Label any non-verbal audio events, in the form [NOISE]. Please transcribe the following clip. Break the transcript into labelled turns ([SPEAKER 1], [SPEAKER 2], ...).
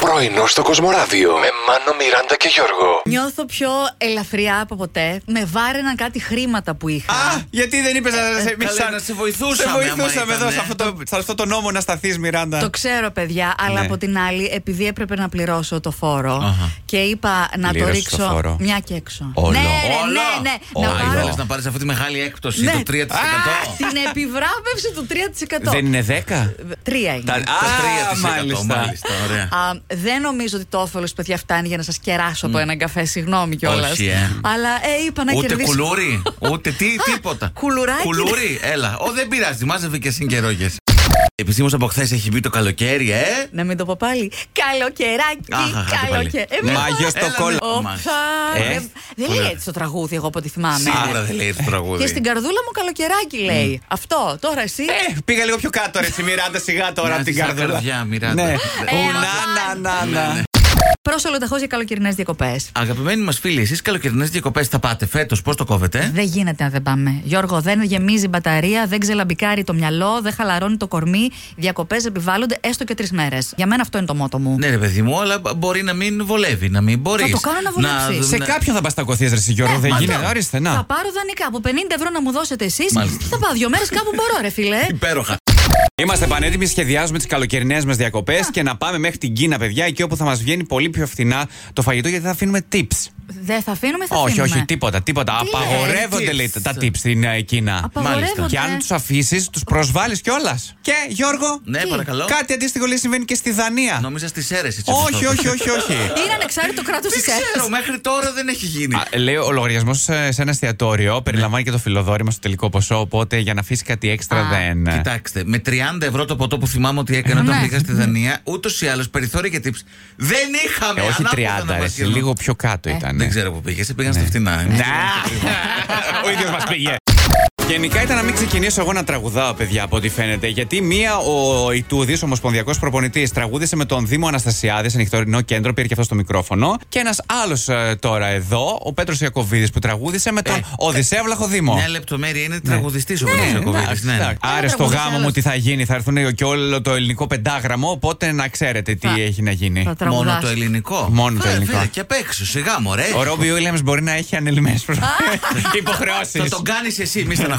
[SPEAKER 1] Πρωινό στο Κοσμοράδιο με Μάνο, Μιράντα και Γιώργο.
[SPEAKER 2] Νιώθω πιο ελαφριά από ποτέ. Με βάρεναν κάτι χρήματα που είχα.
[SPEAKER 3] Α, γιατί δεν είπες να σε
[SPEAKER 4] Καλά,
[SPEAKER 3] σαν-
[SPEAKER 4] να σε βοηθούσαμε,
[SPEAKER 3] Σε βοηθούσαμε
[SPEAKER 4] άμα ήταν,
[SPEAKER 3] εδώ
[SPEAKER 4] ε.
[SPEAKER 3] σε αυτό, το, σε αυτό το νόμο να σταθείς, Μιράντα.
[SPEAKER 2] Το ξέρω, παιδιά, αλλά
[SPEAKER 3] Ναι.
[SPEAKER 2] από την άλλη, επειδή έπρεπε να πληρώσω το φορο
[SPEAKER 3] Αχα.
[SPEAKER 2] και είπα να το
[SPEAKER 3] Πλήρωσες
[SPEAKER 2] ρίξω
[SPEAKER 3] το φόρο.
[SPEAKER 2] μια και έξω.
[SPEAKER 3] Όλο.
[SPEAKER 2] Ναι, ρε,
[SPEAKER 4] Όλο.
[SPEAKER 2] ναι, ναι.
[SPEAKER 4] Όλο.
[SPEAKER 2] Να πάρω
[SPEAKER 4] Ήθελες να πάρεις αυτή τη μεγάλη έκπτωση,
[SPEAKER 2] Ναι.
[SPEAKER 4] το 3%.
[SPEAKER 2] την επιβράβευση του 3%.
[SPEAKER 3] Δεν είναι 10.
[SPEAKER 2] Τρία είναι.
[SPEAKER 3] Τα-
[SPEAKER 4] Το 3%
[SPEAKER 3] μάλιστα.
[SPEAKER 4] μάλιστα. ωραία.
[SPEAKER 2] Α, δεν νομίζω ότι το όφελος, παιδιά, φτάνει για να σας κεράσω από έναν καφέ. Συγγνώμη κιόλας.
[SPEAKER 4] Όχι, ε.
[SPEAKER 2] Αλλά ε, είπα να
[SPEAKER 4] ούτε
[SPEAKER 2] κερδίσω.
[SPEAKER 4] κουλούρι, ούτε τι, τίποτα.
[SPEAKER 2] κουλουράκι.
[SPEAKER 4] Κουλούρι, έλα. Ω, δεν πειράζει, μάζευε και συγκερόγε. Επισήμω από χθες έχει μπει το καλοκαίρι, ε!
[SPEAKER 2] Να μην το πω πάλι. Καλοκαιράκι,
[SPEAKER 4] Αχ, αχ, άντε πάλι.
[SPEAKER 2] καλοκαιράκι.
[SPEAKER 4] Ναι.
[SPEAKER 3] Μάγιο στο
[SPEAKER 4] Έλα,
[SPEAKER 3] κόλλο.
[SPEAKER 4] ναι. Μας. Ε,
[SPEAKER 2] Δεν λέει έτσι το τραγούδι, εγώ από ό,τι θυμάμαι.
[SPEAKER 4] Σίγουρα δεν λέει το τραγούδι.
[SPEAKER 2] Και στην καρδούλα μου καλοκαιράκι λέει. Αυτό, τώρα εσύ.
[SPEAKER 3] Ε, πήγα λίγο πιο κάτω, ρε, στη Μιράντα σιγά τώρα από την
[SPEAKER 4] Μοιάζει σαν
[SPEAKER 3] καρδούλα.
[SPEAKER 4] καρδιά, Μιράντα.
[SPEAKER 3] Ναι.
[SPEAKER 4] Ε,
[SPEAKER 3] Ου,
[SPEAKER 2] ε,
[SPEAKER 3] Να, να, να,
[SPEAKER 4] Ναι, ναι.
[SPEAKER 3] να.
[SPEAKER 2] Προσωλοταχώ για καλοκαιρινές διακοπές.
[SPEAKER 4] Αγαπημένοι μας φίλοι, εσείς καλοκαιρινές διακοπές θα πάτε φέτος, πώς το κόβετε.
[SPEAKER 2] Δεν γίνεται αν δεν πάμε. Γιώργο, δεν γεμίζει η μπαταρία, δεν ξελαμπικάρει το μυαλό, δεν χαλαρώνει το κορμί. Διακοπές επιβάλλονται έστω και τρεις μέρες. Για μένα αυτό είναι το μότο μου.
[SPEAKER 4] Ναι, ρε παιδί μου, αλλά μπορεί να μην βολεύει, να μην μπορείς.
[SPEAKER 2] το κάνω να βολέψει.
[SPEAKER 3] Σε
[SPEAKER 4] ε,
[SPEAKER 3] κάποιον θα μπαστακωθεί, ρε, στη Γιώργο. Δεν
[SPEAKER 2] μα
[SPEAKER 3] γίνεται.
[SPEAKER 2] τώρα
[SPEAKER 3] Ορίστε,
[SPEAKER 2] Θα
[SPEAKER 3] να.
[SPEAKER 2] πάρω δανεικά από 50 ευρώ να μου δώσετε εσείς.
[SPEAKER 4] Μάλιστα.
[SPEAKER 2] Θα πάω δύο μέρες κάπου μπορώ, ρε
[SPEAKER 4] [LAUGHS]
[SPEAKER 2] φιλέ.
[SPEAKER 4] Υπέροχα.
[SPEAKER 3] Είμαστε πανέτοιμοι, σχεδιάζουμε τις καλοκαιρινές μας διακοπές και να πάμε μέχρι την Κίνα, παιδιά, εκεί όπου θα μας βγαίνει πολύ πιο φθηνά το φαγητό γιατί θα αφήνουμε tips.
[SPEAKER 2] Δεν θα αφήνουμε, θα
[SPEAKER 3] Όχι,
[SPEAKER 2] αφήνουμε.
[SPEAKER 3] όχι, τίποτα, τίποτα.
[SPEAKER 2] Τι λέει,
[SPEAKER 3] Απαγορεύονται,
[SPEAKER 4] tips.
[SPEAKER 3] λέει, τα tips στην ε, Κίνα.
[SPEAKER 2] Απαγορεύονται.
[SPEAKER 3] Και αν τους αφήσεις, τους προσβάλλεις κιόλας. Ναι. Και Γιώργο,
[SPEAKER 4] Ναι,
[SPEAKER 2] Τι?
[SPEAKER 4] παρακαλώ.
[SPEAKER 3] κάτι αντίστοιχο λέει συμβαίνει και στη Δανία.
[SPEAKER 4] Νόμιζα στις αίρε.
[SPEAKER 3] Όχι, όχι, όχι, όχι.
[SPEAKER 2] Είναι ανεξάρτητο κράτος τη
[SPEAKER 4] Δεν ξέρω,
[SPEAKER 2] ΕΕ.
[SPEAKER 4] μέχρι τώρα δεν έχει γίνει.
[SPEAKER 3] Α, λέει ο λογαριασμός σε σε ένα
[SPEAKER 4] Ναι.
[SPEAKER 3] εστιατόριο περιλαμβάνει και το φιλοδόρημα στο τελικό ποσό. Οπότε για να αφήσεις κάτι έξτρα
[SPEAKER 2] Α,
[SPEAKER 3] δεν. ε,
[SPEAKER 4] Κοιτάξτε, με 30 ευρώ το ποτό που θυμάμαι ότι έκανα
[SPEAKER 2] Ναι.
[SPEAKER 4] όταν πήγα στη Δανία, ούτως ή άλλως περιθώρια και tips δεν είχαμε.
[SPEAKER 3] Ε, όχι
[SPEAKER 4] Ανάποδα
[SPEAKER 3] 30,
[SPEAKER 4] να
[SPEAKER 3] ρε,
[SPEAKER 4] μας
[SPEAKER 3] εσύ,
[SPEAKER 4] γυρνούν.
[SPEAKER 3] λίγο ναι. πιο κάτω
[SPEAKER 2] Ε,
[SPEAKER 3] ήταν.
[SPEAKER 4] Δεν ξέρω που πήγες, πήγαν στα φτηνά.
[SPEAKER 3] Να! Ο ίδιος μας πήγε. Γενικά ήταν να μην ξεκινήσω εγώ να τραγουδάω, παιδιά, από ό,τι φαίνεται. Γιατί μία ο Ιτούδης, ομοσπονδιακός προπονητής, τραγούδησε με τον Δήμο Αναστασιάδης σε νυχτερινό κέντρο, πήρε και αυτό το μικρόφωνο. Και ένας άλλος τώρα εδώ, ο Πέτρος Ιακοβίδης, που τραγούδησε με τον ε, ναι, Οδυσσέβλαχο Δήμο.
[SPEAKER 4] Μια λεπτομέρεια είναι τραγουδιστής ο
[SPEAKER 2] Ναι,
[SPEAKER 4] Ναι, Βαρουφάκοβιτ.
[SPEAKER 3] Εντάξει, εντάξει. ναι, Άρα στο
[SPEAKER 2] τραγουδήσει
[SPEAKER 3] γάμο
[SPEAKER 2] άλλος.
[SPEAKER 3] μου τι θα γίνει, θα έρθουν και όλο το ελληνικό πεντάγραμμο, οπότε να ξέρετε τι
[SPEAKER 2] Θα-
[SPEAKER 3] έχει να γίνει.
[SPEAKER 2] Θα
[SPEAKER 4] Μόνο
[SPEAKER 2] τραγουδάς.
[SPEAKER 4] το ελληνικό.
[SPEAKER 3] Μόνο το
[SPEAKER 4] Φέρε,
[SPEAKER 3] ελληνικό.
[SPEAKER 4] φέρε, Και απ' έξω, σιγά μωρέ.
[SPEAKER 3] Ο Ρόμπι Βίλιαμς μπορεί να έχει ανελημμένες προ- [LAUGHS] υποχρεώσεις.
[SPEAKER 4] Θα τον κάνεις εσύ,
[SPEAKER 3] [LAUGHS]
[SPEAKER 4] μη στεναχωριέσαι.